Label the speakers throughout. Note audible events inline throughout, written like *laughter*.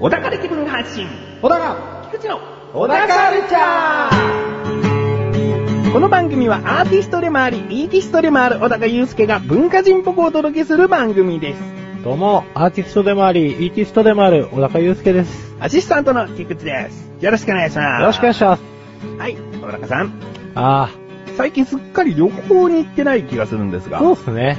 Speaker 1: 小高で気分発信。
Speaker 2: 小高
Speaker 1: 菊池の
Speaker 2: 小高ルチャー
Speaker 1: この番組はアーティストでもあり、イーティストでもある小高祐介が文化人っぽくお届けする番組です。
Speaker 2: どうも、アーティストでもあり、イーティストでもある小高祐介です。
Speaker 1: アシスタントの菊池です。よろしくお願いします。
Speaker 2: よろしくお願いします。
Speaker 1: はい、小高さん。
Speaker 2: あ
Speaker 1: 最近すっかり旅行に行ってない気がするんです
Speaker 2: ー、
Speaker 1: が。
Speaker 2: そうっすね。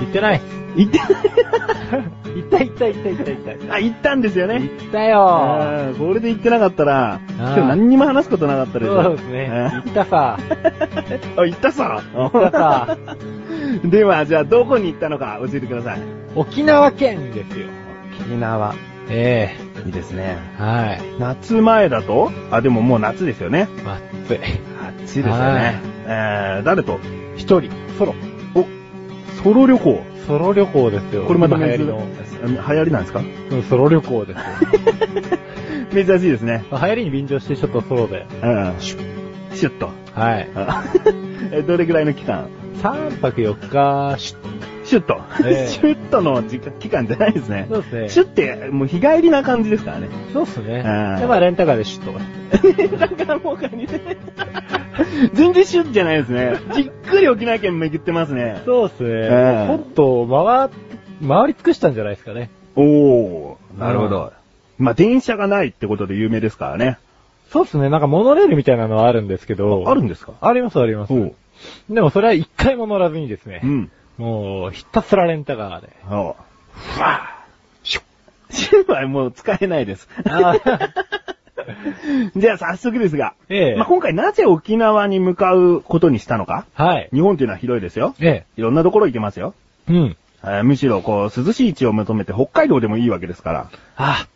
Speaker 2: 行ってない。
Speaker 1: 行 *laughs* ってない
Speaker 2: 行った行った行った行った行った。
Speaker 1: あ、行ったんですよね。
Speaker 2: 行ったよ
Speaker 1: あーこれで行ってなかったら、今日何にも話すことなかったで
Speaker 2: ー。
Speaker 1: す
Speaker 2: そうですね。行ったさ。
Speaker 1: あ、行った *laughs* さ。
Speaker 2: 行ったさ。 *laughs*
Speaker 1: *laughs* では、じゃあどこに行ったのか教えてください。
Speaker 2: 沖縄県ですよ。
Speaker 1: 沖縄。
Speaker 2: え
Speaker 1: いいですね。
Speaker 2: えはい。
Speaker 1: 夏前だとあ、でももう夏ですよね。
Speaker 2: まっつ
Speaker 1: 暑
Speaker 2: い。
Speaker 1: いですよね。えー、誰と
Speaker 2: 一人、ソロ。
Speaker 1: お、ソロ旅行。
Speaker 2: ソロ旅行ですよ。
Speaker 1: これまた
Speaker 2: 今
Speaker 1: 珍
Speaker 2: 流行りの。
Speaker 1: 流行りなんですか
Speaker 2: うんソロ旅行ですよ。
Speaker 1: 珍しいですね。
Speaker 2: 流行りに便乗してちょっとソロ
Speaker 1: う
Speaker 2: で。
Speaker 1: ん。シュッ、シュッと。
Speaker 2: はい。
Speaker 1: あ *laughs* えどれぐらいの期間
Speaker 2: 3泊4日、シュッ
Speaker 1: シュッと。
Speaker 2: え
Speaker 1: *laughs*
Speaker 2: え
Speaker 1: シュッとの時間期間じゃないですね。
Speaker 2: そうですね。
Speaker 1: シュッって、もう日帰りな感じです *laughs* からね。
Speaker 2: そうっすね。
Speaker 1: うん
Speaker 2: で、まあ、レンタカーでシ *laughs* ュッと。
Speaker 1: だからもうかにね。全然シュッじゃないですね。じっくり沖縄県巡ってますね。
Speaker 2: そうっす
Speaker 1: うん
Speaker 2: ね。もっと回っ、回り尽くしたんじゃないですかね。
Speaker 1: おー、なるほど。まあ、電車がないってことで有名ですからね。
Speaker 2: そうっすね。なんかモノレールみたいなのはあるんですけど。
Speaker 1: あるんですか
Speaker 2: ありますあります。
Speaker 1: う。
Speaker 2: でもそれは一回も乗らずにですね
Speaker 1: う。ん。
Speaker 2: もう、ひたすらレンタカーで。
Speaker 1: おう。ふわーシュッ。シュッはもう使えないです。
Speaker 2: あー
Speaker 1: *laughs* じゃあ早速ですが。
Speaker 2: ええ
Speaker 1: まあ、今回なぜ沖縄に向かうことにしたのか
Speaker 2: はい。
Speaker 1: 日本っていうのは広いですよ。
Speaker 2: え
Speaker 1: いろんなところ行けますよ。
Speaker 2: え。うん。
Speaker 1: えーむしろこう、涼しい位置を求めて北海道でもいいわけですから。
Speaker 2: あ。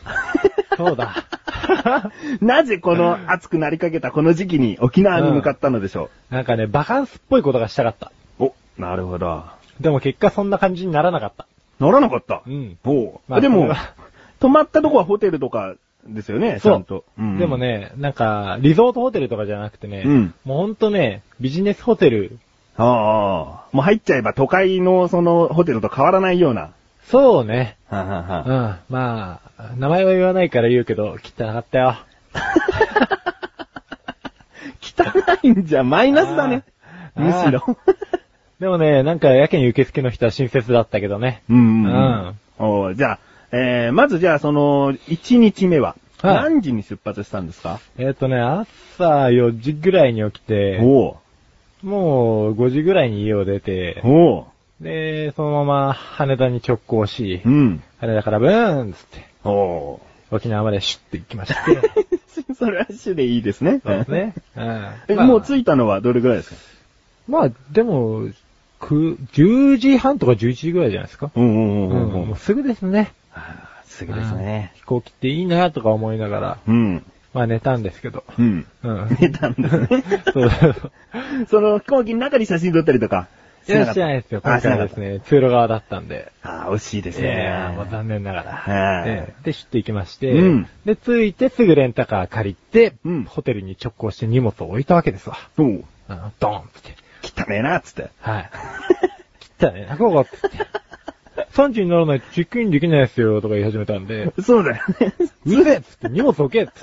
Speaker 2: *laughs* そうだ。 *laughs*
Speaker 1: *laughs* なぜこの暑くなりかけたこの時期に沖縄に向かったのでしょ
Speaker 2: なんかね、バカンスっぽいことがしたかった。
Speaker 1: う。お、なるほど。
Speaker 2: でも結果そんな感じにならなかった。
Speaker 1: ならなかった。
Speaker 2: うん
Speaker 1: おう
Speaker 2: まあ
Speaker 1: で
Speaker 2: それ
Speaker 1: も
Speaker 2: は、
Speaker 1: 泊まったとこはホテルとかですよね、ちゃんと。ん
Speaker 2: でも。ね、なんか、リゾートホテルとかじゃなくてね、
Speaker 1: うん
Speaker 2: もうほんとね、ビジネスホテル。
Speaker 1: ああああ。もう入っちゃえば都会のそのホテルと変わらないような。
Speaker 2: そうね。
Speaker 1: はは
Speaker 2: うん。
Speaker 1: は
Speaker 2: まあ、名前は言わないから言うけど、汚かったよ。
Speaker 1: *laughs* 汚いんじゃマイナスだね。
Speaker 2: ああ
Speaker 1: むしろ。
Speaker 2: でもね、なんか、やけに受付の人は親切だったけどね。
Speaker 1: うんうんう
Speaker 2: うん
Speaker 1: ん。おうじゃあ、えー、まずじゃあその、1日目は、
Speaker 2: はい
Speaker 1: 何時に出発したんですか、
Speaker 2: えっ、とね、朝4時ぐらいに起きて、
Speaker 1: おう
Speaker 2: もう5時ぐらいに家を出て、
Speaker 1: おう
Speaker 2: で、そのまま羽田に直行し
Speaker 1: う、ん。
Speaker 2: 羽田からブーンっつって、
Speaker 1: おう
Speaker 2: 沖縄までシュッて行き
Speaker 1: *laughs*
Speaker 2: まして。 *laughs*
Speaker 1: それは主でいいですね。
Speaker 2: そうですね。うん。
Speaker 1: え。
Speaker 2: まあ
Speaker 1: もう着いたのはどれぐらいですか
Speaker 2: まあ、でも、く、10時半とか11時ぐらいじゃないですか。
Speaker 1: うんうん
Speaker 2: うん、もうすぐですね。
Speaker 1: あーす
Speaker 2: す
Speaker 1: ぐですね。
Speaker 2: 飛行機っていいなとか思いながら、
Speaker 1: うん。
Speaker 2: まあ寝たんですけど。
Speaker 1: うん。
Speaker 2: うん。
Speaker 1: 見たんですね。
Speaker 2: *laughs* そうそう。
Speaker 1: その飛行機の中に写真撮ったりとか。
Speaker 2: いや、してないですよ。今回は
Speaker 1: あ
Speaker 2: で
Speaker 1: し
Speaker 2: す
Speaker 1: なかっ
Speaker 2: ね、通路側だったんで。
Speaker 1: たあー、惜しいです
Speaker 2: いや
Speaker 1: ね
Speaker 2: ー。もう残念ながら。
Speaker 1: はい
Speaker 2: ええで、シュッて行きまして、
Speaker 1: うん
Speaker 2: で、着いてすぐレンタカー借りて、
Speaker 1: うん
Speaker 2: ホテルに直行して荷物を置いたわけですわ。
Speaker 1: おう
Speaker 2: うん、ドーンって。
Speaker 1: 汚ねえな、つって。
Speaker 2: *laughs* はい。切ったね、泣こうかって言って。3時にならないとチェックインできないですよとか言い始めたんで、
Speaker 1: そうだよ
Speaker 2: *laughs*
Speaker 1: ね。
Speaker 2: うるせえっつって荷物置けっつって。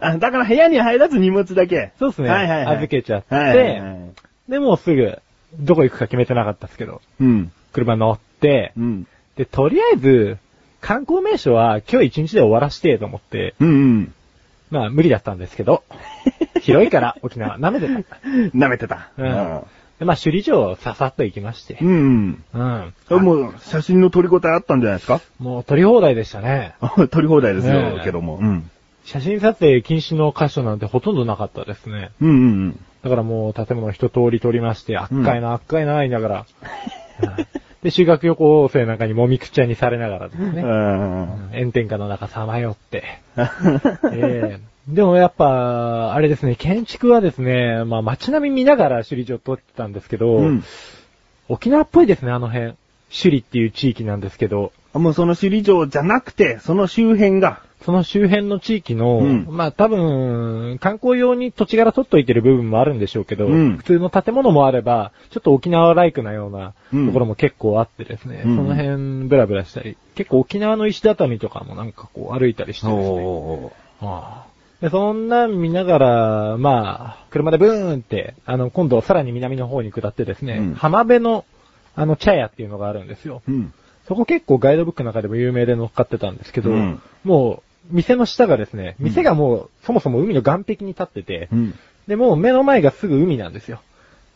Speaker 1: あ、だから部屋に入らず荷物だけ。
Speaker 2: そうっすね
Speaker 1: はいはいはい。
Speaker 2: 預けちゃって
Speaker 1: はいはいはい
Speaker 2: で、もうすぐ、どこ行くか決めてなかったですけど、
Speaker 1: うん。
Speaker 2: 車乗って、
Speaker 1: うん。
Speaker 2: で、とりあえず、観光名所は今日一日で終わらしてと思って、
Speaker 1: うんうん。
Speaker 2: まあ無理だったんですけ
Speaker 1: *laughs*
Speaker 2: ど、広いから沖縄、舐めてた。
Speaker 1: 舐めてた。
Speaker 2: うん。で、まあ首里城をささっと行きまして
Speaker 1: う、ん。
Speaker 2: うん。
Speaker 1: うん。もう、写真の撮り応えあったんじゃないですか
Speaker 2: もう撮り放題でしたね。
Speaker 1: *laughs* 撮り放題です
Speaker 2: ね
Speaker 1: よ
Speaker 2: え、
Speaker 1: けども。うん。
Speaker 2: 写真撮影禁止の箇所なんてほとんどなかったですね。
Speaker 1: うんうん
Speaker 2: だからもう建物一通り撮りまして、あっかいな、あっかいな、言いなが
Speaker 1: *laughs*
Speaker 2: ら。はいで、修学旅行生なんかにもみくちゃにされながらです
Speaker 1: うん。
Speaker 2: ね。
Speaker 1: うん
Speaker 2: 炎天下の中さまよって。
Speaker 1: *laughs*
Speaker 2: ええでもやっぱ、あれですね、建築はですね、まあ街並み見ながら首里城撮ってたんですけど、
Speaker 1: うん。
Speaker 2: 沖縄っぽいですね、あの辺。首里っていう地域なんですけど、
Speaker 1: もうその首里城じゃなくて、その周辺が。
Speaker 2: その周辺の地域の、
Speaker 1: うん
Speaker 2: まあ多分、観光用に土地柄取っといてる部分もあるんでしょうけど、
Speaker 1: うん
Speaker 2: 普通の建物もあれば、ちょっと沖縄ライクなような
Speaker 1: うん
Speaker 2: ところも結構あってですね、
Speaker 1: うん
Speaker 2: その辺ブラブラしたり、結構沖縄の石畳とかもなんかこう歩いたりしてですね。
Speaker 1: おー。
Speaker 2: ああでそんなん見ながら、まあ、車でブーンって、あの、今度さらに南の方に下ってですね、
Speaker 1: うん
Speaker 2: 浜辺の、あの、茶屋っていうのがあるんですよ。
Speaker 1: うん。
Speaker 2: そこ結構ガイドブックの中でも有名で乗っかってたんですけど、
Speaker 1: うん
Speaker 2: もう、店の下がですね、
Speaker 1: うん
Speaker 2: 店がもう、そもそも海の岸壁に立ってて、
Speaker 1: うん。
Speaker 2: で、もう目の前がすぐ海なんですよ。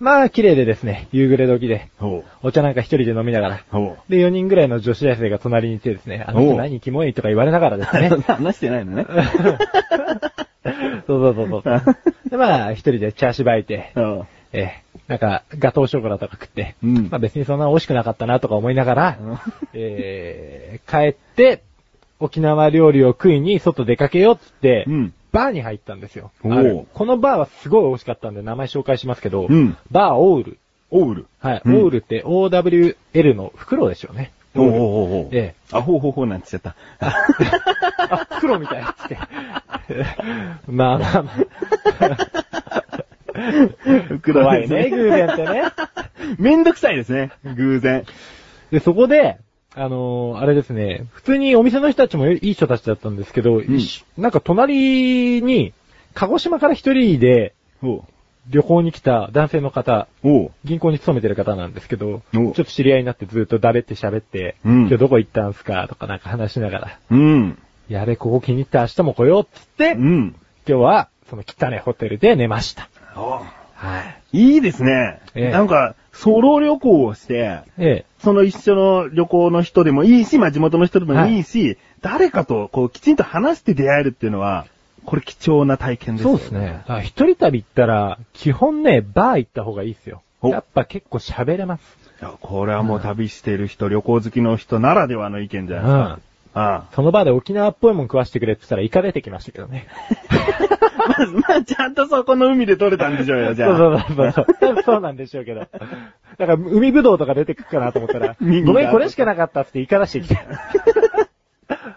Speaker 2: まあ、綺麗でですね、夕暮れ時で、
Speaker 1: ほ
Speaker 2: お茶なんか一人で飲みながら、
Speaker 1: う。ほう。
Speaker 2: で、4人ぐらいの女子大生が隣にいてですね、あの
Speaker 1: お
Speaker 2: 人
Speaker 1: う
Speaker 2: 何キモいとか言われながらですね、
Speaker 1: *laughs* 話してないの
Speaker 2: *laughs*
Speaker 1: ね。
Speaker 2: そうそうそうそう。
Speaker 1: *laughs*
Speaker 2: で、まあ、一人でチャーシューバいて、
Speaker 1: うん
Speaker 2: えーなんか、ガトーショコラとか食って、
Speaker 1: うん
Speaker 2: まあ別にそんな美味しくなかったなとか思いながら、
Speaker 1: うん
Speaker 2: *laughs* えー帰って、沖縄料理を食いに外出かけようっつって、
Speaker 1: うん
Speaker 2: バーに入ったんですよ。
Speaker 1: おう
Speaker 2: あるこのバーはすごい美味しかったんで名前紹介しますけど、
Speaker 1: うん
Speaker 2: バーオール。
Speaker 1: オール。
Speaker 2: はい、
Speaker 1: うん
Speaker 2: オールって OWL の袋でしょ
Speaker 1: *laughs*
Speaker 2: うね。
Speaker 1: おうお
Speaker 2: オール
Speaker 1: うおうおう
Speaker 2: ええ
Speaker 1: あ、ほうほうほうなんて言っちゃった。 *laughs*
Speaker 2: あ、袋みたいっつって。 *laughs* まあまあまあ。
Speaker 1: 袋
Speaker 2: 怖
Speaker 1: で
Speaker 2: い
Speaker 1: すね
Speaker 2: ね、 *laughs* 偶然ってね。
Speaker 1: *laughs* めんどくさいですね。偶然。
Speaker 2: で、そこで、あのーあれですね、普通にお店の人たちもいい人たちだったんですけど、
Speaker 1: ん
Speaker 2: 一緒なんか隣に、鹿児島から一人で
Speaker 1: おう。
Speaker 2: 旅行に来た男性の方、
Speaker 1: おう。
Speaker 2: 銀行に勤めてる方なんですけど、ちょ
Speaker 1: お
Speaker 2: っと知り合いになってずっとだれって喋って、
Speaker 1: うん
Speaker 2: 今日どこ行ったんすかとかなんか話しながら、
Speaker 1: うん。
Speaker 2: やべ、ここ気に入って明日も来ようっつって、
Speaker 1: う
Speaker 2: 今
Speaker 1: ん。
Speaker 2: 日は、その汚いホテルで寝ました。
Speaker 1: おう
Speaker 2: はい。
Speaker 1: いいですね。
Speaker 2: ええ
Speaker 1: なんか、ソロ旅行をして、
Speaker 2: え
Speaker 1: その一緒の旅行の人でもいいし、まあ、地元の人でもいいし、誰かとこうきちんと話して出会えるっていうのは、これ貴重な体験
Speaker 2: え。
Speaker 1: ですよ
Speaker 2: そうですね。。あ一人旅行ったら、基本ね、バー行った方がいいですよ。
Speaker 1: お
Speaker 2: やっぱ結構喋れます。
Speaker 1: いやこれはもう旅してる人、旅行好きの人ならではの意見じ
Speaker 2: う
Speaker 1: ゃない
Speaker 2: ん。
Speaker 1: ですか。あ *laughs*
Speaker 2: その場で沖縄っぽいもん食わしてくれって言ったらイカ出てきましたけどね。
Speaker 1: あまあ、まあ、ちゃんとそこの海で撮れたんでしょうよ、じゃあ。
Speaker 2: そうそうそう
Speaker 1: *laughs*
Speaker 2: そう。そうなんでしょうけど。だから、海ぶどうとか出てくるかなと思ったら、ご
Speaker 1: 耳が
Speaker 2: めん、これしかなかったっつ *laughs* ってイカ出してきて。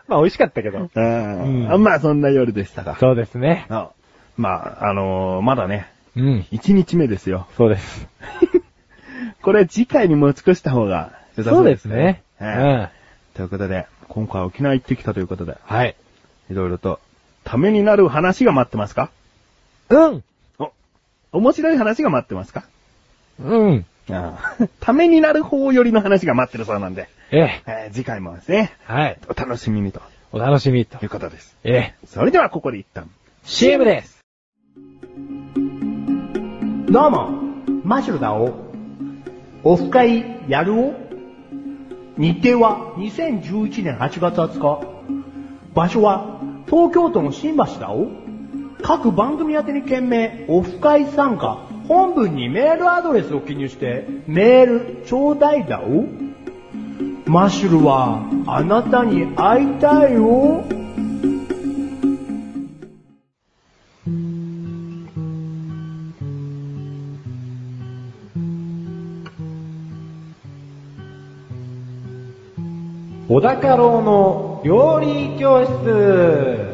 Speaker 2: まあ、美味しかったけど。
Speaker 1: うん
Speaker 2: うん
Speaker 1: まあ、そんな夜でしたが。
Speaker 2: そうですね。
Speaker 1: あまあ、あのーまだね、
Speaker 2: うん。
Speaker 1: 1日目ですよ。
Speaker 2: そうです。
Speaker 1: これ次回に持ち越した方が良さそ
Speaker 2: そ
Speaker 1: うう
Speaker 2: で
Speaker 1: ですす
Speaker 2: ね
Speaker 1: ね。。
Speaker 2: う
Speaker 1: ええ
Speaker 2: ん。
Speaker 1: ということで、今回は沖縄行ってきたということで、
Speaker 2: はい。
Speaker 1: いろいろと、ためになる話が待ってますか
Speaker 2: うん
Speaker 1: お、面白い話が待ってますか
Speaker 2: うん。
Speaker 1: ああ *laughs* ためになる方よりの話が待ってるそうなんで、
Speaker 2: ええ。
Speaker 1: えー次回もですね、
Speaker 2: はい。
Speaker 1: お楽しみにと
Speaker 2: お楽しみと
Speaker 1: い。うことです。
Speaker 2: ええ。
Speaker 1: それではここで一旦。
Speaker 2: CM です
Speaker 3: どうも、マシュルだお。オフ会やるお日程は2011年8月20日。場所は東京都の新橋だお。各番組宛てに件名、オフ会参加、本文にメールアドレスを記入して、メールちょうだいだお。マシュルはあなたに会いたいよ。
Speaker 2: 小高郎の料理教室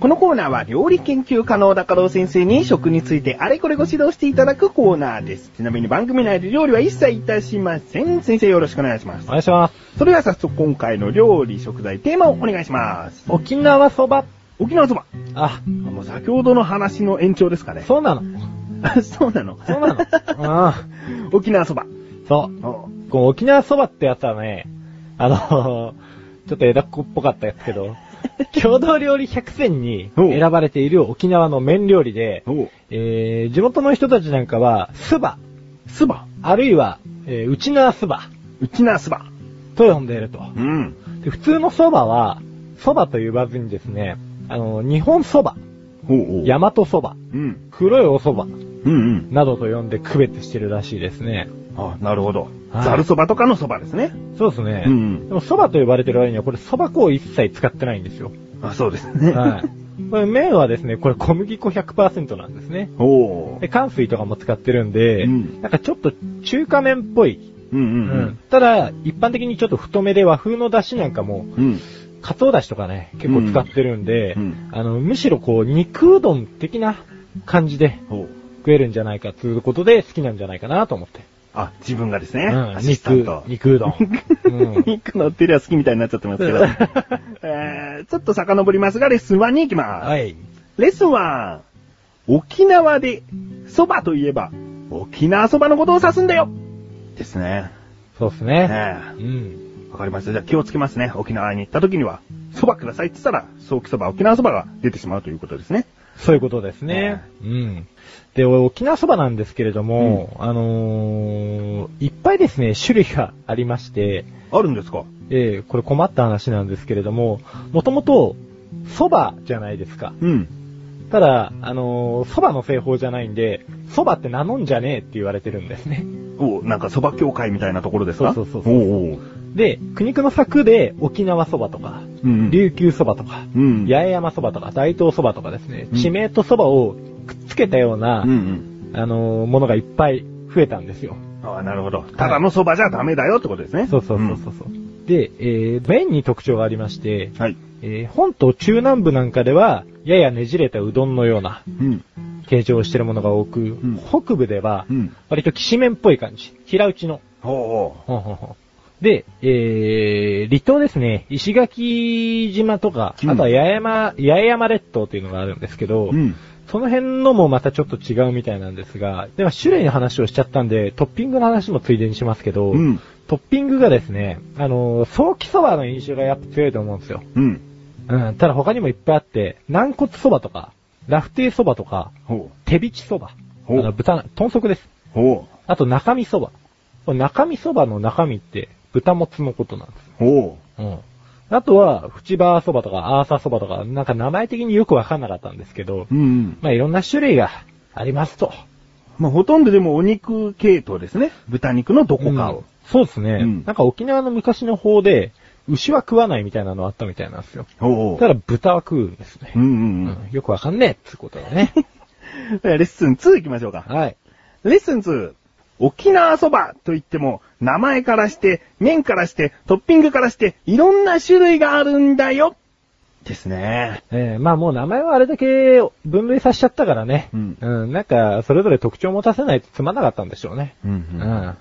Speaker 1: このコーナーは料理研究家の高郎先生に食についてあれこれご指導していただくコーナーです。ちなみに番組内で料理は一切いたしません。先生よろしくお願いします
Speaker 2: お。願いします。
Speaker 1: それでは早速今回の料理食材テーマをお願いします。
Speaker 2: 沖縄そば。
Speaker 1: 沖縄そば。
Speaker 2: あ、
Speaker 1: もう先ほどの話の延長ですかね。
Speaker 2: そうなの。
Speaker 1: あ *laughs* そうなの。
Speaker 2: そうなの。うん。
Speaker 1: 沖縄そば。
Speaker 2: そう。
Speaker 1: お
Speaker 2: この沖縄そばってやつはね、あの、ちょっと枝っこっぽかったやつけど、郷土料理100選に選ばれている沖縄の麺料理で、
Speaker 1: お
Speaker 2: えー、地元の人たちなんかは、スバ、
Speaker 1: そば。
Speaker 2: あるいは、えー、内縄スバ
Speaker 1: 沖縄そば。
Speaker 2: と呼んでいると。
Speaker 1: うん。
Speaker 2: で普通のそばは、そばと呼ばずにですね、あの、日本そば、
Speaker 1: おうおう。
Speaker 2: 大和そば、
Speaker 1: うん。
Speaker 2: 黒いおそば、
Speaker 1: うんうん。
Speaker 2: などと呼んで区別してるらしいですね。
Speaker 1: あ、なるほど。
Speaker 2: はい
Speaker 1: ざるそばとかのそばですね。
Speaker 2: そうですね。
Speaker 1: うんうん
Speaker 2: でも、そばと呼ばれてる割には、これ、そば粉を一切使ってないんですよ。
Speaker 1: あ、そうですね。
Speaker 2: はい。これ麺はですね、これ小麦粉100%なんですね。
Speaker 1: おー。
Speaker 2: で、乾水とかも使ってるんで、
Speaker 1: うん
Speaker 2: なんかちょっと中華麺っぽい。
Speaker 1: うんう
Speaker 2: うんただ、一般的にちょっと太めで和風の出汁なんかも、
Speaker 1: うん。うん。
Speaker 2: かつお出汁とかね、結構使ってるんで、
Speaker 1: うんうん
Speaker 2: あの、むしろこう、肉うどん的な感じで
Speaker 1: ほう。
Speaker 2: 食えるんじゃないかということで好きなんじゃないかなと思って。
Speaker 1: あ、自分がですね、
Speaker 2: うん
Speaker 1: アシスタン
Speaker 2: 肉
Speaker 1: ト、。*laughs*
Speaker 2: 肉うどん。うん
Speaker 1: 肉のテレは好きみたいになっちゃってます *laughs* けど。えー、ちょっと遡りますが、レッスン1に行きます。
Speaker 2: はい。
Speaker 1: レッスン1。沖縄で、蕎麦といえば、沖縄蕎麦のことを指すんだよですね。
Speaker 2: そうです
Speaker 1: ええ
Speaker 2: ね。うん。
Speaker 1: わかりました。じゃあ気をつけますね。沖縄に行った時には、蕎麦くださいって言ったら、早期蕎麦、沖縄蕎麦が出てしまうということですね。
Speaker 2: そういうことですね。うん。で、沖縄そばなんですけれども、あのー、いっぱいですね、種類がありまして、
Speaker 1: あるんですか
Speaker 2: えーこれ困った話なんですけれども、もともと、蕎麦じゃないですか。
Speaker 1: うん。
Speaker 2: ただ、あのー、蕎麦の製法じゃないんで、蕎麦って名乗んじゃねえって言われてるんですね。
Speaker 1: おなんか蕎麦協会みたいなところですか
Speaker 2: そうそうそうそう
Speaker 1: おうおう
Speaker 2: で、苦肉の策で沖縄蕎麦とか、
Speaker 1: うんうん
Speaker 2: 琉球蕎麦とか、
Speaker 1: うん
Speaker 2: 八重山蕎麦とか、大東蕎麦とかですね、
Speaker 1: うん
Speaker 2: 地名と蕎麦をくっつけたような、
Speaker 1: うんうん。
Speaker 2: あのーものがいっぱい増えたんですよ。
Speaker 1: ああ、なるほど。ただの蕎麦じゃダメだよってことですね。
Speaker 2: そうそうそうそうそう。で、えー麺に特徴がありまして
Speaker 1: ん。、はい。
Speaker 2: えー本島中南部なんかでは、ややねじれたうどんのような
Speaker 1: うん。
Speaker 2: 形状をしているものが多く、
Speaker 1: ん
Speaker 2: 北部では
Speaker 1: うん、
Speaker 2: 割ときしめんっぽい感じ。平打ちの。
Speaker 1: おうお
Speaker 2: ほんほんほんで、えー、離島ですね、石垣島とか、
Speaker 1: うん
Speaker 2: あとは八重山、八重山列島というのがあるんですけど、
Speaker 1: う。うん。
Speaker 2: その辺のもまたちょっと違うみたいなんですが、では種類の話をしちゃったんで、トッピングの話もついでにしますけど、
Speaker 1: うん
Speaker 2: トッピングがですね、あのー、早期そばの印象がやっぱ強いと思うんですよ。
Speaker 1: うん。
Speaker 2: うん、ただ他にもいっぱいあって、軟骨そばとか、ラフテーそばとか、
Speaker 1: ほ
Speaker 2: 手引きそば、あ
Speaker 1: ほう
Speaker 2: の豚、豚足です。
Speaker 1: う。ほう。
Speaker 2: あと中身そば。これ中身そばの中身って、豚もつのことなんです。
Speaker 1: ほ
Speaker 2: うん。あとは、フチバーそばとか、アーサそばとか、なんか名前的によくわかんなかったんですけど、
Speaker 1: う。うん。
Speaker 2: まあいろんな種類がありますと。
Speaker 1: まあ、ほとんどでもお肉系統ですね。豚肉のどこか
Speaker 2: うん
Speaker 1: を。
Speaker 2: そうですね、
Speaker 1: うん
Speaker 2: なんか沖縄の昔の方で、牛は食わないみたいなのあったみたいなんですよ。
Speaker 1: ほう
Speaker 2: ただ豚は食うんですね。
Speaker 1: うんうんうん。
Speaker 2: うんよくわかんねえっつうことだ
Speaker 1: *laughs*
Speaker 2: ね。
Speaker 1: レッスン2行きましょうか。
Speaker 2: はい。
Speaker 1: レッスン2。沖縄そばと言っても、名前からして、麺からして、トッピングからして、いろんな種類があるんだよですね。
Speaker 2: えーまあもう名前はあれだけ分類させちゃったからね。
Speaker 1: うん
Speaker 2: なんか、それぞれ特徴を持たせないとつまんなかったんでしょうね。
Speaker 1: うん
Speaker 2: う
Speaker 1: うん
Speaker 2: ん。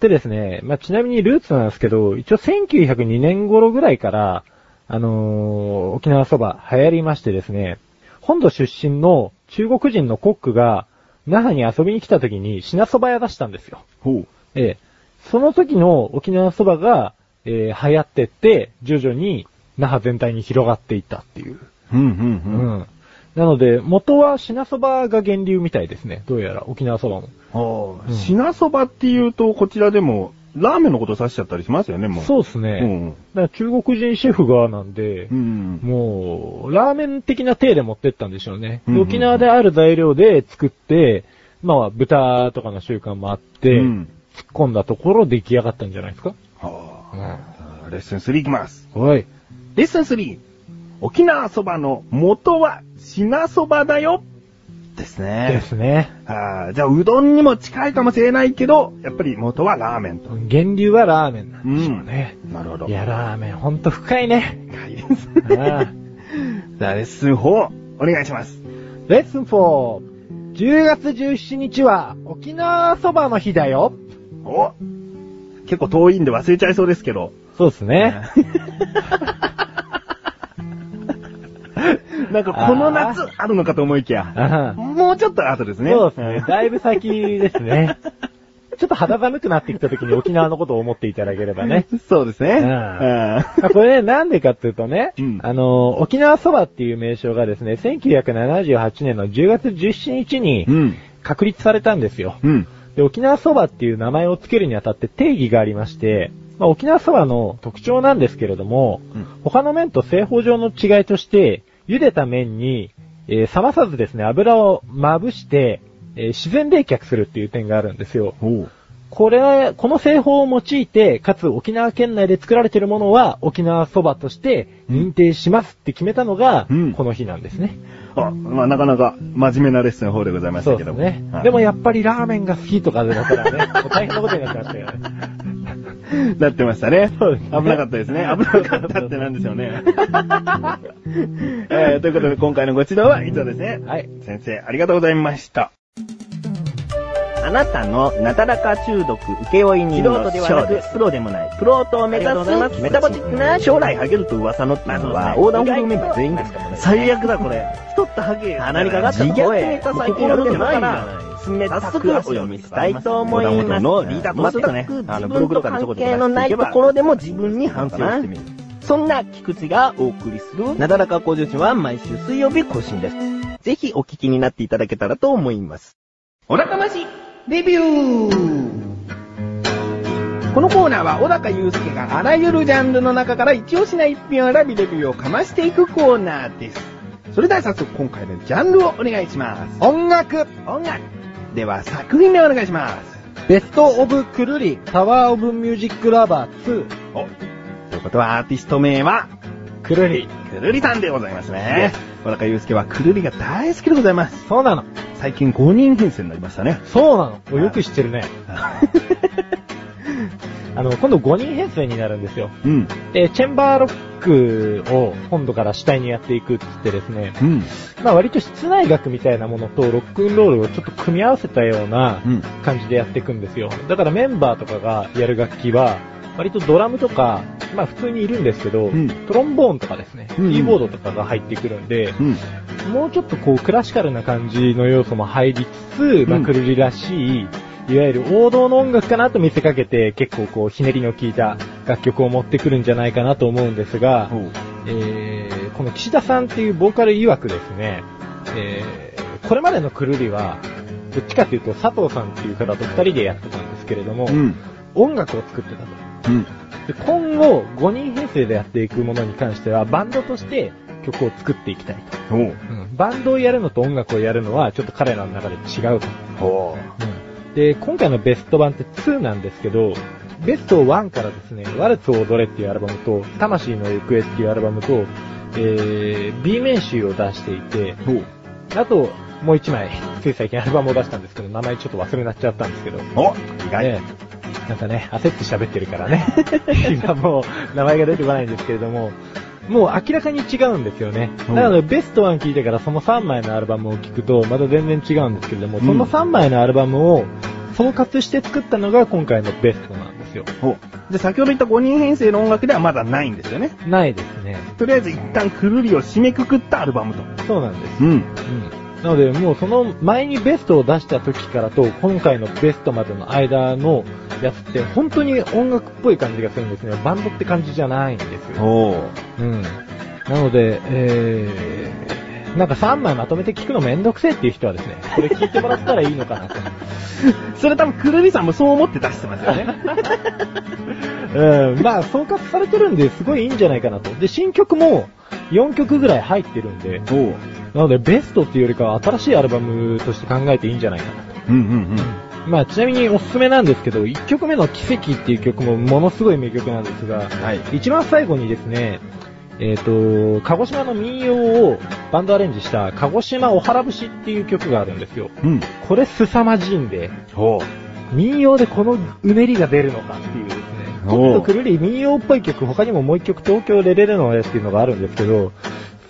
Speaker 2: でですね、まあちなみにルーツなんですけど、一応1902年頃ぐらいから、あのー沖縄そば流行りましてですね、本土出身の中国人のコックが、那覇に遊びに来た時に品そば屋出したんですよ。
Speaker 1: ほう。
Speaker 2: ええ。その時の沖縄そばが、えー流行ってって、徐々に那覇全体に広がっていったっていう。
Speaker 1: うん
Speaker 2: う
Speaker 1: うんうん。
Speaker 2: ん。なので、元は品そばが源流みたいですね。どうやら沖縄そばも。
Speaker 1: ほう
Speaker 2: うん
Speaker 1: 品そばっていうと、こちらでも、ラーメンのこと指しちゃったりしますよね、もう。う。
Speaker 2: そうですね。
Speaker 1: うんうん
Speaker 2: だから中国人シェフがなんで、
Speaker 1: うんうん。
Speaker 2: もう、ラーメン的な体で持ってったんでしょうね。
Speaker 1: うんうんうん
Speaker 2: 沖縄である材料で作って、まあ、豚とかの習慣もあって、
Speaker 1: うん
Speaker 2: 突っ込んだところ出来上がったんじゃないですか。
Speaker 1: はあレッスン3行きます。
Speaker 2: はい。
Speaker 1: レッスン3。沖縄そばの元は品そばだよですね。
Speaker 2: ですね。
Speaker 1: あーじゃあ、うどんにも近いかもしれないけど、やっぱり元はラーメンと。
Speaker 2: 源流はラーメンなんでしょうね。
Speaker 1: なるほど。
Speaker 2: いや、ラーメンほんと深いね。
Speaker 1: 深いです。
Speaker 2: ああ
Speaker 1: *laughs* じゃあ、レッスン4、お願いします。
Speaker 2: レッスン 4! 10月17日は沖縄そばの日だよ。
Speaker 1: お結構遠いんで忘れちゃいそうですけど。
Speaker 2: そうですね。
Speaker 1: *laughs* なんか、この夏あるのかと思いきや。
Speaker 2: ああ
Speaker 1: もうちょっと後ですね。
Speaker 2: そうですね。だいぶ先ですね。 *laughs* ちょっと肌寒くなってきた時に沖縄のことを思っていただければね。
Speaker 1: うん *laughs* そうですね。
Speaker 2: ん
Speaker 1: あ
Speaker 2: まあこれなんでかっていうとね、
Speaker 1: うん
Speaker 2: あの、沖縄そばっていう名称がですね、1978年の10月17日に
Speaker 1: うん。
Speaker 2: 確立されたんですよ。
Speaker 1: うん。
Speaker 2: で、沖縄そばっていう名前を付けるにあたって定義がありまして、まあ、沖縄そばの特徴なんですけれども、
Speaker 1: うん
Speaker 2: 他の麺と製法上の違いとして、茹でた麺に、えー冷まさずですね、油をまぶして、えー自然冷却するっていう点があるんですよ。
Speaker 1: おう。
Speaker 2: これ、この製法を用いて、かつ沖縄県内で作られているものは沖縄そばとして認定しますって決めたのが、
Speaker 1: うん
Speaker 2: この日なんですね。
Speaker 1: あ、まあ、なかなか真面目なレッスン法でございまし
Speaker 2: そ
Speaker 1: た
Speaker 2: う
Speaker 1: け
Speaker 2: です
Speaker 1: ども。
Speaker 2: ね
Speaker 1: は。い
Speaker 2: でもやっぱりラーメンが好きとかだったらね、もう大変なことになってましたよね。
Speaker 1: なってましたね。
Speaker 2: そうですね
Speaker 1: 危なかったですね。危なかったってなんでしょう
Speaker 2: *laughs*
Speaker 1: ね。えーということで今回のご指導は以上ですね。
Speaker 2: はい。
Speaker 1: 先生、ありがとうございました。あなたのなだらか中毒請負人
Speaker 4: の
Speaker 1: 素人では *laughs* なく、プロでもない、プロを目指す、メタボチックな、将来ハゲると噂のなのは、横断歩道メンバー全員ですからね。最悪だこれ。太ったハゲ。鼻にかかった
Speaker 4: 自虐ネタ最近やるんじゃないんだ
Speaker 1: 冷たく足を見せたいと思います。
Speaker 4: 横断歩道のリーダーコスとかね
Speaker 1: 全く
Speaker 4: あの
Speaker 1: 自
Speaker 4: ブロ
Speaker 1: 分
Speaker 4: グと
Speaker 1: と
Speaker 4: かにちょこちょこ
Speaker 1: 関
Speaker 4: 出していけば
Speaker 1: 係のないところでも自分に反省してみる。そんな菊池がお送りする、なだらか向上心は毎週水曜日更新です。ぜひお聞きになっていただけたらと思います。おらかまし、レビューこのコーナーは小高祐介があらゆるジャンルの中から一押しな一品を選びレビューをかましていくコーナーです。それでは早速今回のジャンルをお願いします。
Speaker 2: 音楽
Speaker 1: 音楽では作品名をお願いします。
Speaker 2: ベストオブクルリ、タワーオブミュージックラバー2、
Speaker 1: お、ということはアーティスト名は
Speaker 2: クルリ。
Speaker 1: くるりさんでございますね。小高祐介はくるりが大好きでございます。
Speaker 2: そうなの。
Speaker 1: 最近5人編成になりましたね。
Speaker 2: そうなの。およく知ってるね。あの、今度5人編成になるんですよ。
Speaker 1: *laughs* うん。
Speaker 2: で、チェンバーロックを今度から主体にやっていくっつってですね、
Speaker 1: うん。
Speaker 2: まあ割と室内楽みたいなものとロックンロールをちょっと組み合わせたような
Speaker 1: うん。
Speaker 2: 感じでやっていくんですよ。だからメンバーとかがやる楽器は、割とドラムとか、まあ普通にいるんですけど、
Speaker 1: うん
Speaker 2: トロンボーンとかですね、
Speaker 1: うんうん
Speaker 2: キーボードとかが入ってくるんで、
Speaker 1: うん。
Speaker 2: もうちょっとこうクラシカルな感じの要素も入りつつ、
Speaker 1: ん
Speaker 2: まあクルリらしい、いわゆる王道の音楽かなと見せかけて、結構こうひねりの効いた楽曲を持ってくるんじゃないかなと思うんですが、
Speaker 1: ほう。
Speaker 2: えーこの岸田さんっていうボーカル曰くですね、えーこれまでのくるりは、どっちかっていうと佐藤さんっていう方と二人でやってたんですけれども、
Speaker 1: うん。
Speaker 2: 音楽を作ってたと。
Speaker 1: うん。
Speaker 2: で今後、5人編成でやっていくものに関しては、バンドとして曲を作っていきたいと。
Speaker 1: ほう。
Speaker 2: バンドをやるのと音楽をやるのは、ちょっと彼らの中で違うと。
Speaker 1: ほ
Speaker 2: で、今回のベスト版って2なんですけど、ベスト1からですね、ワルツを踊れっていうアルバムと、魂の行方っていうアルバムと、えー、B 面集を出していて、
Speaker 1: う。ほう。
Speaker 2: あと、もう一枚、つい最近アルバムを出したんですけど、名前ちょっと忘れなっちゃったんですけど、
Speaker 1: お意
Speaker 2: ね
Speaker 1: 外。
Speaker 2: なんかね、焦って喋ってるから *laughs* ね。今もう、名前が出てこないんですけれども、もう明らかに違うんですよね。
Speaker 1: うん
Speaker 2: なので、ベストワン聞いてからその3枚のアルバムを聞くと、また全然違うんですけれども、
Speaker 1: うん
Speaker 2: その3枚のアルバムを総括して作ったのが今回のベストなんですよ。
Speaker 1: ほう。で、先ほど言った5人編成の音楽ではまだないんですよね。
Speaker 2: ないですね。
Speaker 1: とりあえず一旦くるりを締めくくったアルバムと。
Speaker 2: そうなんです。
Speaker 1: うん。
Speaker 2: うん。なので、もうその前にベストを出した時からと、今回のベストまでの間のやつって、本当に音楽っぽい感じがするんですね。バンドって感じじゃないんですよ。
Speaker 1: ほう。
Speaker 2: うん。なので、えー、なんか3枚まとめて聞くのめんどくせえっていう人はですね、これ聞いてもらったらいいのかなと。 *laughs*
Speaker 1: それ多分くるりさんもそう思って出してますよね。
Speaker 2: うん、まあ総括されてるんですごいいいんじゃないかなと。で、新曲も4曲ぐらい入ってるんで、
Speaker 1: *laughs* ほう。
Speaker 2: なのでベストっていうよりかは新しいアルバムとして考えていいんじゃないかなと。
Speaker 1: うんうん
Speaker 2: まあちなみにおすすめなんですけど、1曲目の奇跡っていう曲もものすごい名曲なんですが、
Speaker 1: うん。はい。
Speaker 2: 一番最後にですね、えっ、と、鹿児島の民謡をバンドアレンジした、鹿児島おはら節っていう曲があるんですよ。
Speaker 1: うん。
Speaker 2: これ凄まじいんで、
Speaker 1: ほ
Speaker 2: 民謡でこのうねりが出るのかっていうですね。
Speaker 1: おう
Speaker 2: ちょっとくるり民謡っぽい曲、他にももう一曲東京レレレのやつっていうのがあるんですけど、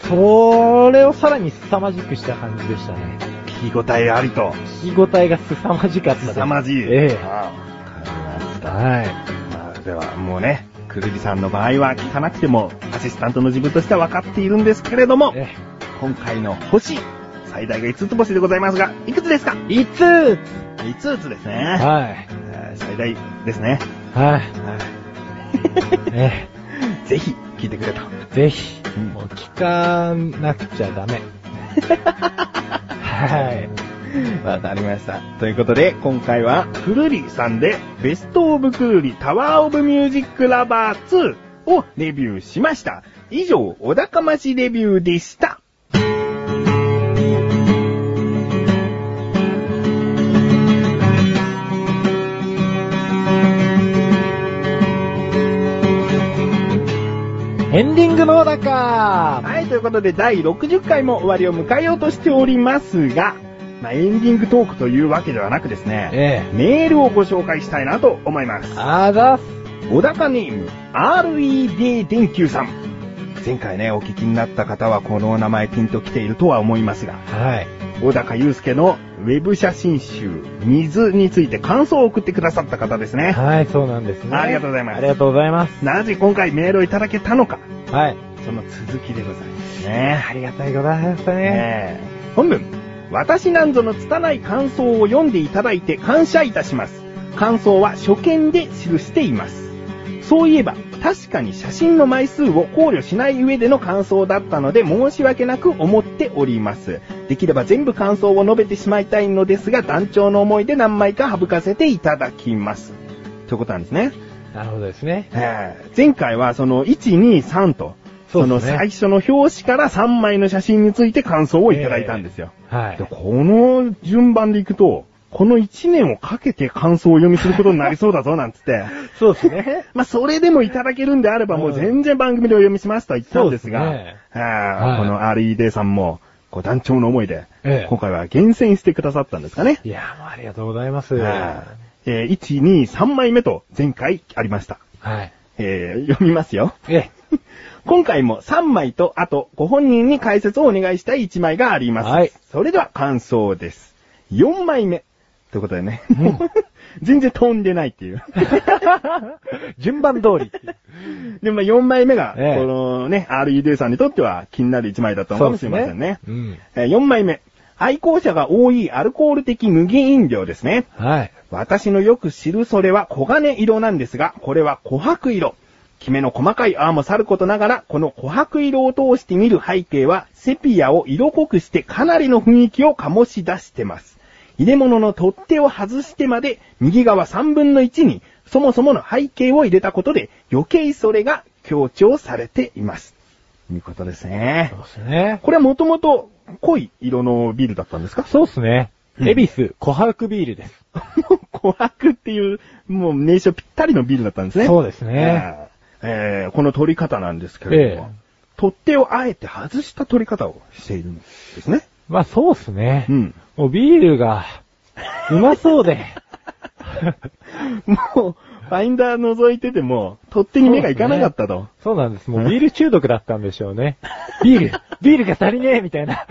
Speaker 2: それをさらに凄まじくした感じでしたね。
Speaker 1: う。聞き応えありと。
Speaker 2: 聞き応えが凄まじかったです。
Speaker 1: 凄まじい。
Speaker 2: ええ
Speaker 1: ああわかりました。
Speaker 2: はい。
Speaker 1: まあ、ではもうね、くるりさんの場合は聞かなくても、アシスタントの自分としては分かっているんですけれども、
Speaker 2: え
Speaker 1: 今回の星、最大が5つ星でございますが、いくつですか
Speaker 2: え
Speaker 1: *laughs*
Speaker 2: いつ
Speaker 1: ?5 つですね。
Speaker 2: はい。
Speaker 1: えー最大ですね。
Speaker 2: はい。
Speaker 1: は
Speaker 2: え
Speaker 1: いぜひ、聞いてくれと。
Speaker 2: えぜひ。
Speaker 1: うん
Speaker 2: もう聞かなくちゃダメ。はい。
Speaker 1: わかりました。ということで、今回は、くるりさんで、ベストオブくるりタワーオブミュージックラバー2をレビューしました。以上、小高ましレビューでした。
Speaker 2: エンディングのだか
Speaker 1: はい、ということで第60回も終わりを迎えようとしておりますが、まあ、エンディングトークというわけではなくですね、
Speaker 2: え
Speaker 1: メールをご紹介したいなと思います
Speaker 2: え。。あざっす。
Speaker 1: 小高ネーム、RED 電球さん。前回ね、お聞きになった方はこのお名前ピンと来ているとは思いますが、
Speaker 2: はい。
Speaker 1: 小高祐介のウェブ写真集、水について感想を送ってくださった方ですね。
Speaker 2: はい、そうなんですね。
Speaker 1: ありがとうございます
Speaker 2: ありがとうございます。
Speaker 1: なぜ今回メールをいただけたのか、
Speaker 2: はい。
Speaker 1: その続きでございますね。
Speaker 2: ありがたいございましたね。
Speaker 1: えー本文、私なんぞの拙い感想を読んでいただいて感謝いたします。感想は初見で記しています。そういえば、確かに写真の枚数を考慮しない上での感想だったので申し訳なく思っております。できれば全部感想を述べてしまいたいのですが、団長の思いで何枚か省かせていただきます。ということなんですね。
Speaker 2: なるほどですね。
Speaker 1: えー前回はその1、2、3と、
Speaker 2: そ
Speaker 1: そう
Speaker 2: で
Speaker 1: の
Speaker 2: すね
Speaker 1: 最初の表紙から3枚の写真について感想をいただいたんですよ。
Speaker 2: はい
Speaker 1: で。この順番でいくと、この1年をかけて感想を読みすることになりそうだぞ、なんつっ
Speaker 2: *laughs*
Speaker 1: て。
Speaker 2: そうですね。
Speaker 1: まあ、それでもいただけるんであれば、もう全然番組でお読みしますとは言ったんですが、
Speaker 2: そうですね
Speaker 1: あー
Speaker 2: はい
Speaker 1: この RED さんも、こう団長の思いで、
Speaker 2: ええ
Speaker 1: 今回は厳選してくださったんですかね。
Speaker 2: *laughs* いや、もうありがとうございます。
Speaker 1: はいえー1、2、3枚目と前回ありました。
Speaker 2: はい。
Speaker 1: えー読みますよ。
Speaker 2: え
Speaker 1: 今回も3枚と、あと、ご本人に解説をお願いしたい1枚があります。
Speaker 2: はい
Speaker 1: それでは感想です。4枚目。ということでね。
Speaker 2: ん
Speaker 1: *laughs* 全然飛んでないって
Speaker 2: *laughs*
Speaker 1: いう。
Speaker 2: え。順番通りっていう。
Speaker 1: で、まあ4枚目が、
Speaker 2: ええ
Speaker 1: このね、RED さんにとっては気になる1枚だったのかもしれませんね。
Speaker 2: うん。
Speaker 1: えー4枚目。愛好者が多いアルコール的無限飲料ですね。
Speaker 2: はい。
Speaker 1: 私のよく知るそれは黄金色なんですが、これは琥珀色。キメの細かい泡もさることながら、この琥珀色を通して見る背景は、セピアを色濃くしてかなりの雰囲気を醸し出してます。入れ物の取っ手を外してまで、右側3分の1に、そもそもの背景を入れたことで、余計それが強調されています。ということですね
Speaker 2: そう。ですね。
Speaker 1: これはもともと濃い色のビールだったんですか
Speaker 2: そうですね。
Speaker 1: うん
Speaker 2: エビス、琥珀ビールです。
Speaker 1: も *laughs* う琥珀っていう、もう名称ぴったりのビールだったんですね。
Speaker 2: そうですね。
Speaker 1: えーえーこの取り方なんですけれども、
Speaker 2: ええ
Speaker 1: 取っ手をあえて外した取り方をしているんですね。
Speaker 2: まあそうですね。
Speaker 1: うん。 *laughs*
Speaker 2: もうビールが、うまそうで。
Speaker 1: もう、ファインダー覗いてても、取っ手に目がいかなかったと。
Speaker 2: そうなんです。もうビール中毒だったんでしょ
Speaker 1: *laughs*
Speaker 2: うね。ビール、ビールが足りねえみたいな。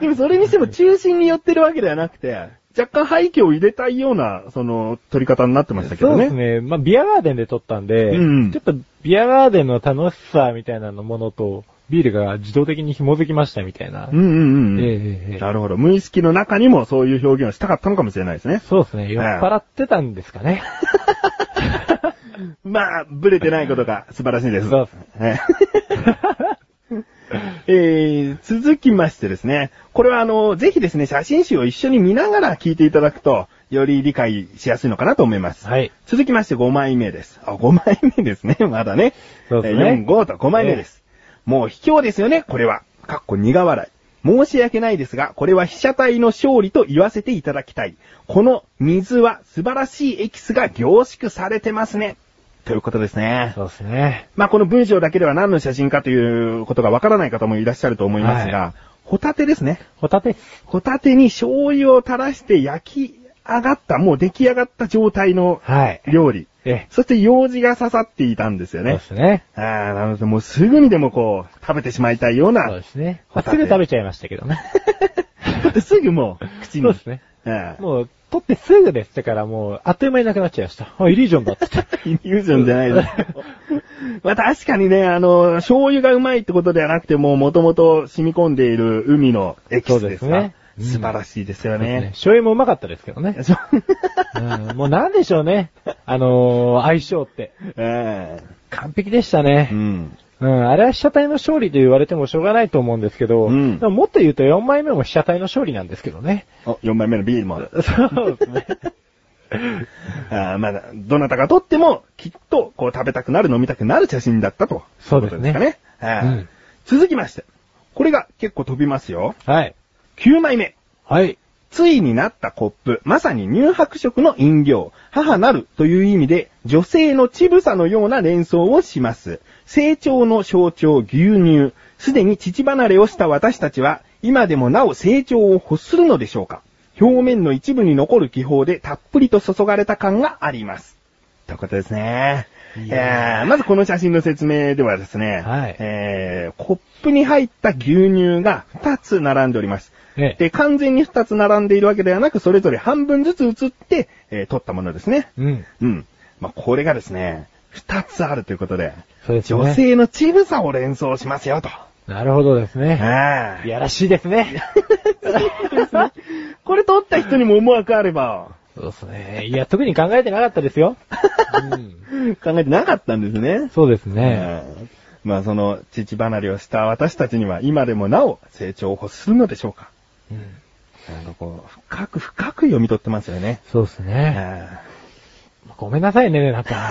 Speaker 1: でもそれにしても中心に寄ってるわけではなくて、若干背景を入れたいような、その、取り方になってましたけ
Speaker 2: そ
Speaker 1: ど
Speaker 2: う
Speaker 1: ね。
Speaker 2: ですね。まあ、ビアガーデンで撮ったんで、
Speaker 1: うん
Speaker 2: ちょっとビアガーデンの楽しさみたいなのものと、ビールが自動的に紐づきましたみたいな。
Speaker 1: うんうんうん。
Speaker 2: ええええ
Speaker 1: なるほど。無意識の中にもそういう表現をしたかったのかもしれないですね。
Speaker 2: そうですね。酔っ払ってたんですか
Speaker 1: *laughs*
Speaker 2: ね。
Speaker 1: まあ、ブレてないことが素晴らしいです。
Speaker 2: そう
Speaker 1: はい *laughs* えー続きましてですね、これはあの、ぜひですね、写真集を一緒に見ながら聞いていただくと、より理解しやすいのかなと思います。
Speaker 2: はい。
Speaker 1: 続きまして5枚目です。あ、5枚目ですね、 *laughs* まだね。
Speaker 2: そうです
Speaker 1: 4、
Speaker 2: ね
Speaker 1: 5と5枚目です。もう卑怯ですよね、これは。かっこ苦笑い。申し訳ないですが、これは被写体の勝利と言わせていただきたい。この水は素晴らしいエキスが凝縮されてますね。ということですね。
Speaker 2: そうですね。
Speaker 1: まあ、この文章だけでは何の写真かということがわからない方もいらっしゃると思いますが、
Speaker 2: は
Speaker 1: ホタテですね。
Speaker 2: ホタテ。
Speaker 1: ホタテに醤油を垂らして焼き上がった、もう出来上がった状態の
Speaker 2: はい。
Speaker 1: 料理。
Speaker 2: ええ。
Speaker 1: そして用事が刺さっていたんですよ
Speaker 2: そうで
Speaker 1: ね。
Speaker 2: すね。
Speaker 1: ああ、なのでもうすぐにでもこう、食べてしまいたいよう
Speaker 2: そう
Speaker 1: な
Speaker 2: で、すね。
Speaker 1: ホ
Speaker 2: ま
Speaker 1: タ
Speaker 2: あ
Speaker 1: テ
Speaker 2: すぐ食べちゃいましたけどね。
Speaker 1: だってすぐもう、口に。
Speaker 2: そうですね。
Speaker 1: ええ。
Speaker 2: もう、取ってすぐです。だからもう、あっという間になくなっちゃいました。あ、イリュージョンだって。
Speaker 1: イ
Speaker 2: *laughs*
Speaker 1: リュージョンじゃないです。 *laughs* まあ確かにね、あの、醤油がうまいってことではなくて、もう元々染み込んでいる海のエキスです
Speaker 2: そう
Speaker 1: ね
Speaker 2: で。すね
Speaker 1: 素晴らしいですよね。
Speaker 2: 醤油もうまかったですけどね。
Speaker 1: そう
Speaker 2: うん、もうなんでしょうね。あのー相性って。
Speaker 1: *laughs* え
Speaker 2: 完璧でした
Speaker 1: えう
Speaker 2: ね。
Speaker 1: ん。
Speaker 2: うん、あれは被写体の勝利と言われてもしょうがないと思うんですけど、
Speaker 1: うん
Speaker 2: でももっと言うと4枚目も被写体の勝利なんですけどね。
Speaker 1: お、4枚目のビール
Speaker 2: *laughs*
Speaker 1: も。
Speaker 2: そうですね。
Speaker 1: *laughs* あーまあ、どなたが撮っても、きっと、こう食べたくなる、飲みたくなる写真だったと。
Speaker 2: そうですね
Speaker 1: いうことですかね。はい
Speaker 2: うん
Speaker 1: 続きまして。これが結構飛びますよ。
Speaker 2: はい。
Speaker 1: 9枚目。
Speaker 2: はい。
Speaker 1: ついになったコップ、まさに乳白色の飲料、母なるという意味で、女性の乳房のような連想をします。成長の象徴牛乳、すでに乳離れをした私たちは、今でもなお成長を欲するのでしょうか表面の一部に残る気泡でたっぷりと注がれた感があります。ということですね。
Speaker 2: い
Speaker 1: えー、まずこの写真の説明ではですね、
Speaker 2: はい
Speaker 1: えー、コップに入った牛乳が2つ並んでおります。
Speaker 2: ええ
Speaker 1: で、完全に2つ並んでいるわけではなく、それぞれ半分ずつ移って、えー取ったものですね。
Speaker 2: うん。
Speaker 1: うん。まあ、これがですね、2つあるということで、
Speaker 2: そうですね。
Speaker 1: 女性のチブさを連想しますよ、と。
Speaker 2: なるほどですね。
Speaker 1: あ
Speaker 2: いやらしいですね。
Speaker 1: あ。これ取った人にも思惑あれば、
Speaker 2: そうですね。いや、特に考えてなかったです *laughs* よ。うん、
Speaker 1: 考えてなかったんですね。
Speaker 2: そうですね。
Speaker 1: うんまあその、父離れをした私たちには今でもなお成長を欲するのでしょうか。
Speaker 2: うん、
Speaker 1: なんかこう、深く深く読み取ってますよね。
Speaker 2: そうですね。
Speaker 1: あ
Speaker 2: ごめんなさいね、なんか。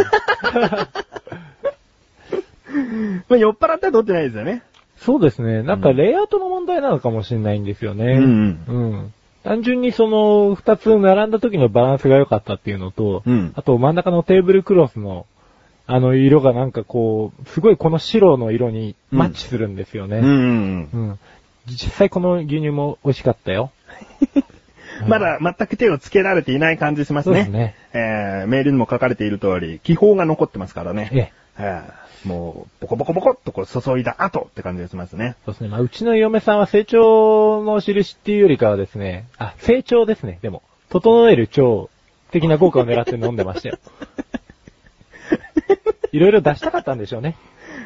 Speaker 1: ーまあ酔っ払っては取ってないですよね。
Speaker 2: *laughs* そうですね。なんかレイアウトの問題なのかもしれないんですよね。
Speaker 1: うん
Speaker 2: うん単純にその、二つ並んだ時のバランスが良かったっていうのと、
Speaker 1: うん
Speaker 2: あと真ん中のテーブルクロスの、あの色がなんかこう、すごいこの白の色にマッチするんですよね。
Speaker 1: うん。
Speaker 2: うん実際この牛乳も美味しかったよ。
Speaker 1: まだ全く手をつけられていない感じします
Speaker 2: そうで
Speaker 1: ね。
Speaker 2: すね。
Speaker 1: えーメールにも書かれている通り、気泡が残ってますからね。
Speaker 2: ええ。
Speaker 1: えーもう、ボコボコボコっとこう注いだ後って感じがしますね。
Speaker 2: そうですね。まあ、うちの嫁さんは成長の印っていうよりかはですね、あ、成長ですね。でも、整える腸的な効果を狙って飲んでました *laughs* よ。いろいろ出したかったんでしょうね。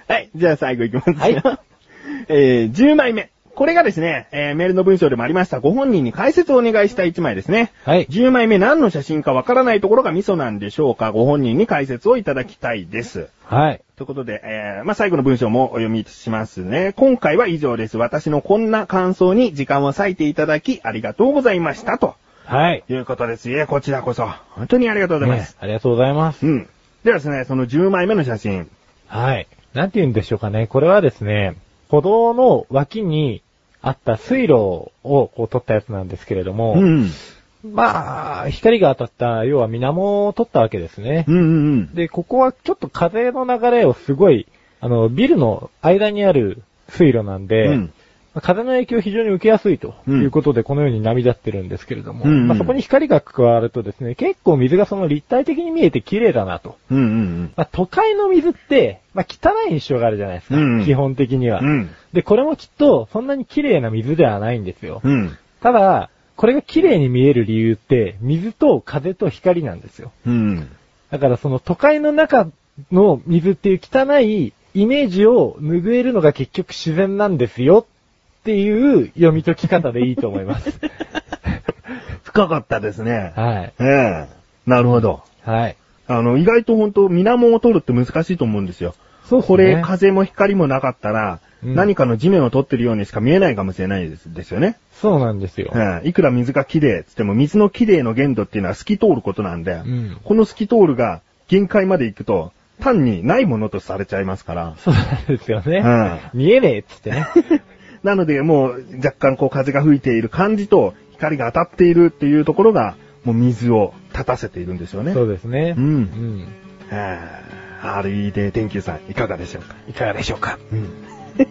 Speaker 1: はい。じゃあ最後いきますよ。
Speaker 2: はい
Speaker 1: *laughs* えー、10枚目。これがですね、えー、メールの文章でもありました、ご本人に解説をお願いした1枚ですね。
Speaker 2: はい
Speaker 1: 10枚目何の写真かわからないところがミソなんでしょうか、ご本人に解説をいただきたいです。
Speaker 2: はい。
Speaker 1: ということで、えー、まあ、最後の文章もお読みしますね。今回は以上です。私のこんな感想に時間を割いていただき、ありがとうございました。と
Speaker 2: はい。
Speaker 1: いうことです。いえ、こちらこそ。本当にありがとうございま
Speaker 2: ね
Speaker 1: す。
Speaker 2: ありがとうございます。
Speaker 1: うん。ではですね、その10枚目の写真。
Speaker 2: はい。なんて言うんでしょうかね。これはですね、歩道の脇にあった水路をこう取ったやつなんですけれども、
Speaker 1: ん。
Speaker 2: まあ、光が当たった、要は水面を取ったわけですね。
Speaker 1: うんうんうん。
Speaker 2: で、ここはちょっと風の流れをすごい、あの、ビルの間にある水路なんで、
Speaker 1: うん
Speaker 2: まあ風の影響を非常に受けやすいと
Speaker 1: うん
Speaker 2: いうことで、このように波立ってるんですけれども、
Speaker 1: うんうん
Speaker 2: まあ、そこに光が加わるとですね、結構水がその立体的に見えて綺麗だなと。
Speaker 1: うんうん
Speaker 2: まあ、都会の水って、まあ、汚い印象があるじゃないですか、
Speaker 1: うん
Speaker 2: 基本的には、
Speaker 1: うん。うん。
Speaker 2: で、これもきっとそんなに綺麗な水ではないんですよ。
Speaker 1: うん。
Speaker 2: ただ、これが綺麗に見える理由って、水と風と光なんですよ。
Speaker 1: うん。
Speaker 2: だからその都会の中の水っていう汚いイメージを拭えるのが結局自然なんですよっていう読み解き方でいいと思
Speaker 1: *laughs*
Speaker 2: います。
Speaker 1: 深かったですね。
Speaker 2: はい。
Speaker 1: ええなるほど。
Speaker 2: はい。
Speaker 1: あの、意外と本当水面を取るって難しいと思うんですよ。
Speaker 2: そうっすね
Speaker 1: これ、風も光もなかったら、
Speaker 2: うん
Speaker 1: 何かの地面を取ってるようにしか見えないかもしれないですですよね。
Speaker 2: そうなんですよ。
Speaker 1: ええいくら水が綺麗っつっても、水の綺麗の限度っていうのは透き通ることなんで、
Speaker 2: ん
Speaker 1: この透き通るが限界まで行くと、単にないものとされちゃいますから。
Speaker 2: そうなんですよね。
Speaker 1: う
Speaker 2: 見えねえっつってね。
Speaker 1: なので、もう若干こう風が吹いている感じと光が当たっているっていうところが、もう水を立たせているんですよ *laughs* ね。
Speaker 2: そうですね。
Speaker 1: うん
Speaker 2: うん。
Speaker 1: あー RED 天球さん、いかがでしょうか
Speaker 2: いかがでしょうか。
Speaker 1: *laughs*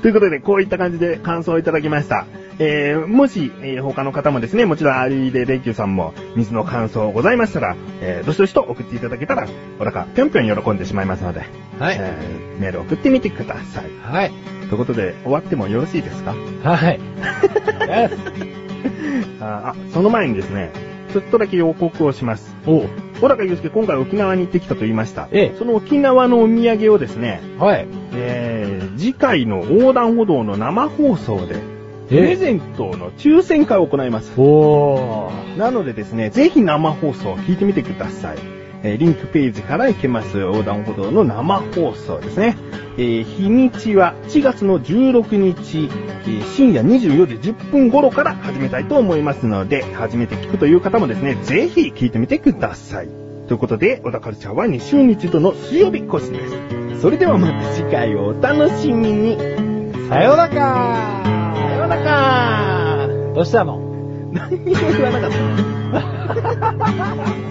Speaker 1: ということで、こういった感じで感想をいただきました。えー、もし、えー他の方もですね、もちろん RED 天球さんも水の感想ございましたら、えー、どしどしと送っていただけたら、おらか、ぴょんぴょん喜んでしまいますので、
Speaker 2: はい
Speaker 1: えーメール送ってみてください。
Speaker 2: はい。
Speaker 1: ということで、終わってもよろしいですか
Speaker 2: はい。
Speaker 1: *laughs* あーあ、その前にですね、ちょっとだけ予告をします。
Speaker 2: お
Speaker 1: 小高祐介、今回沖縄に行ってきたと言いました。
Speaker 2: ええ
Speaker 1: その沖縄のお土産をですね、
Speaker 2: はい。
Speaker 1: えー、次回の横断歩道の生放送で、プ
Speaker 2: え
Speaker 1: レゼントの抽選会を行います。
Speaker 2: おー。
Speaker 1: なのでですね、ぜひ生放送を聞いてみてください。えーリンクページから行けます横断歩道の生放送ですね。えー日にちは4月の16日、えー深夜24時10分頃から始めたいと思いますので、初めて聞くという方もですね、ぜひ聞いてみてください。ということで、小田カルチャーは2週に一度の水曜日更新です。それではまた次回をお楽しみに。
Speaker 2: さようなら
Speaker 1: さようなら
Speaker 2: *laughs* どうしたの
Speaker 1: 何にも言わなかった。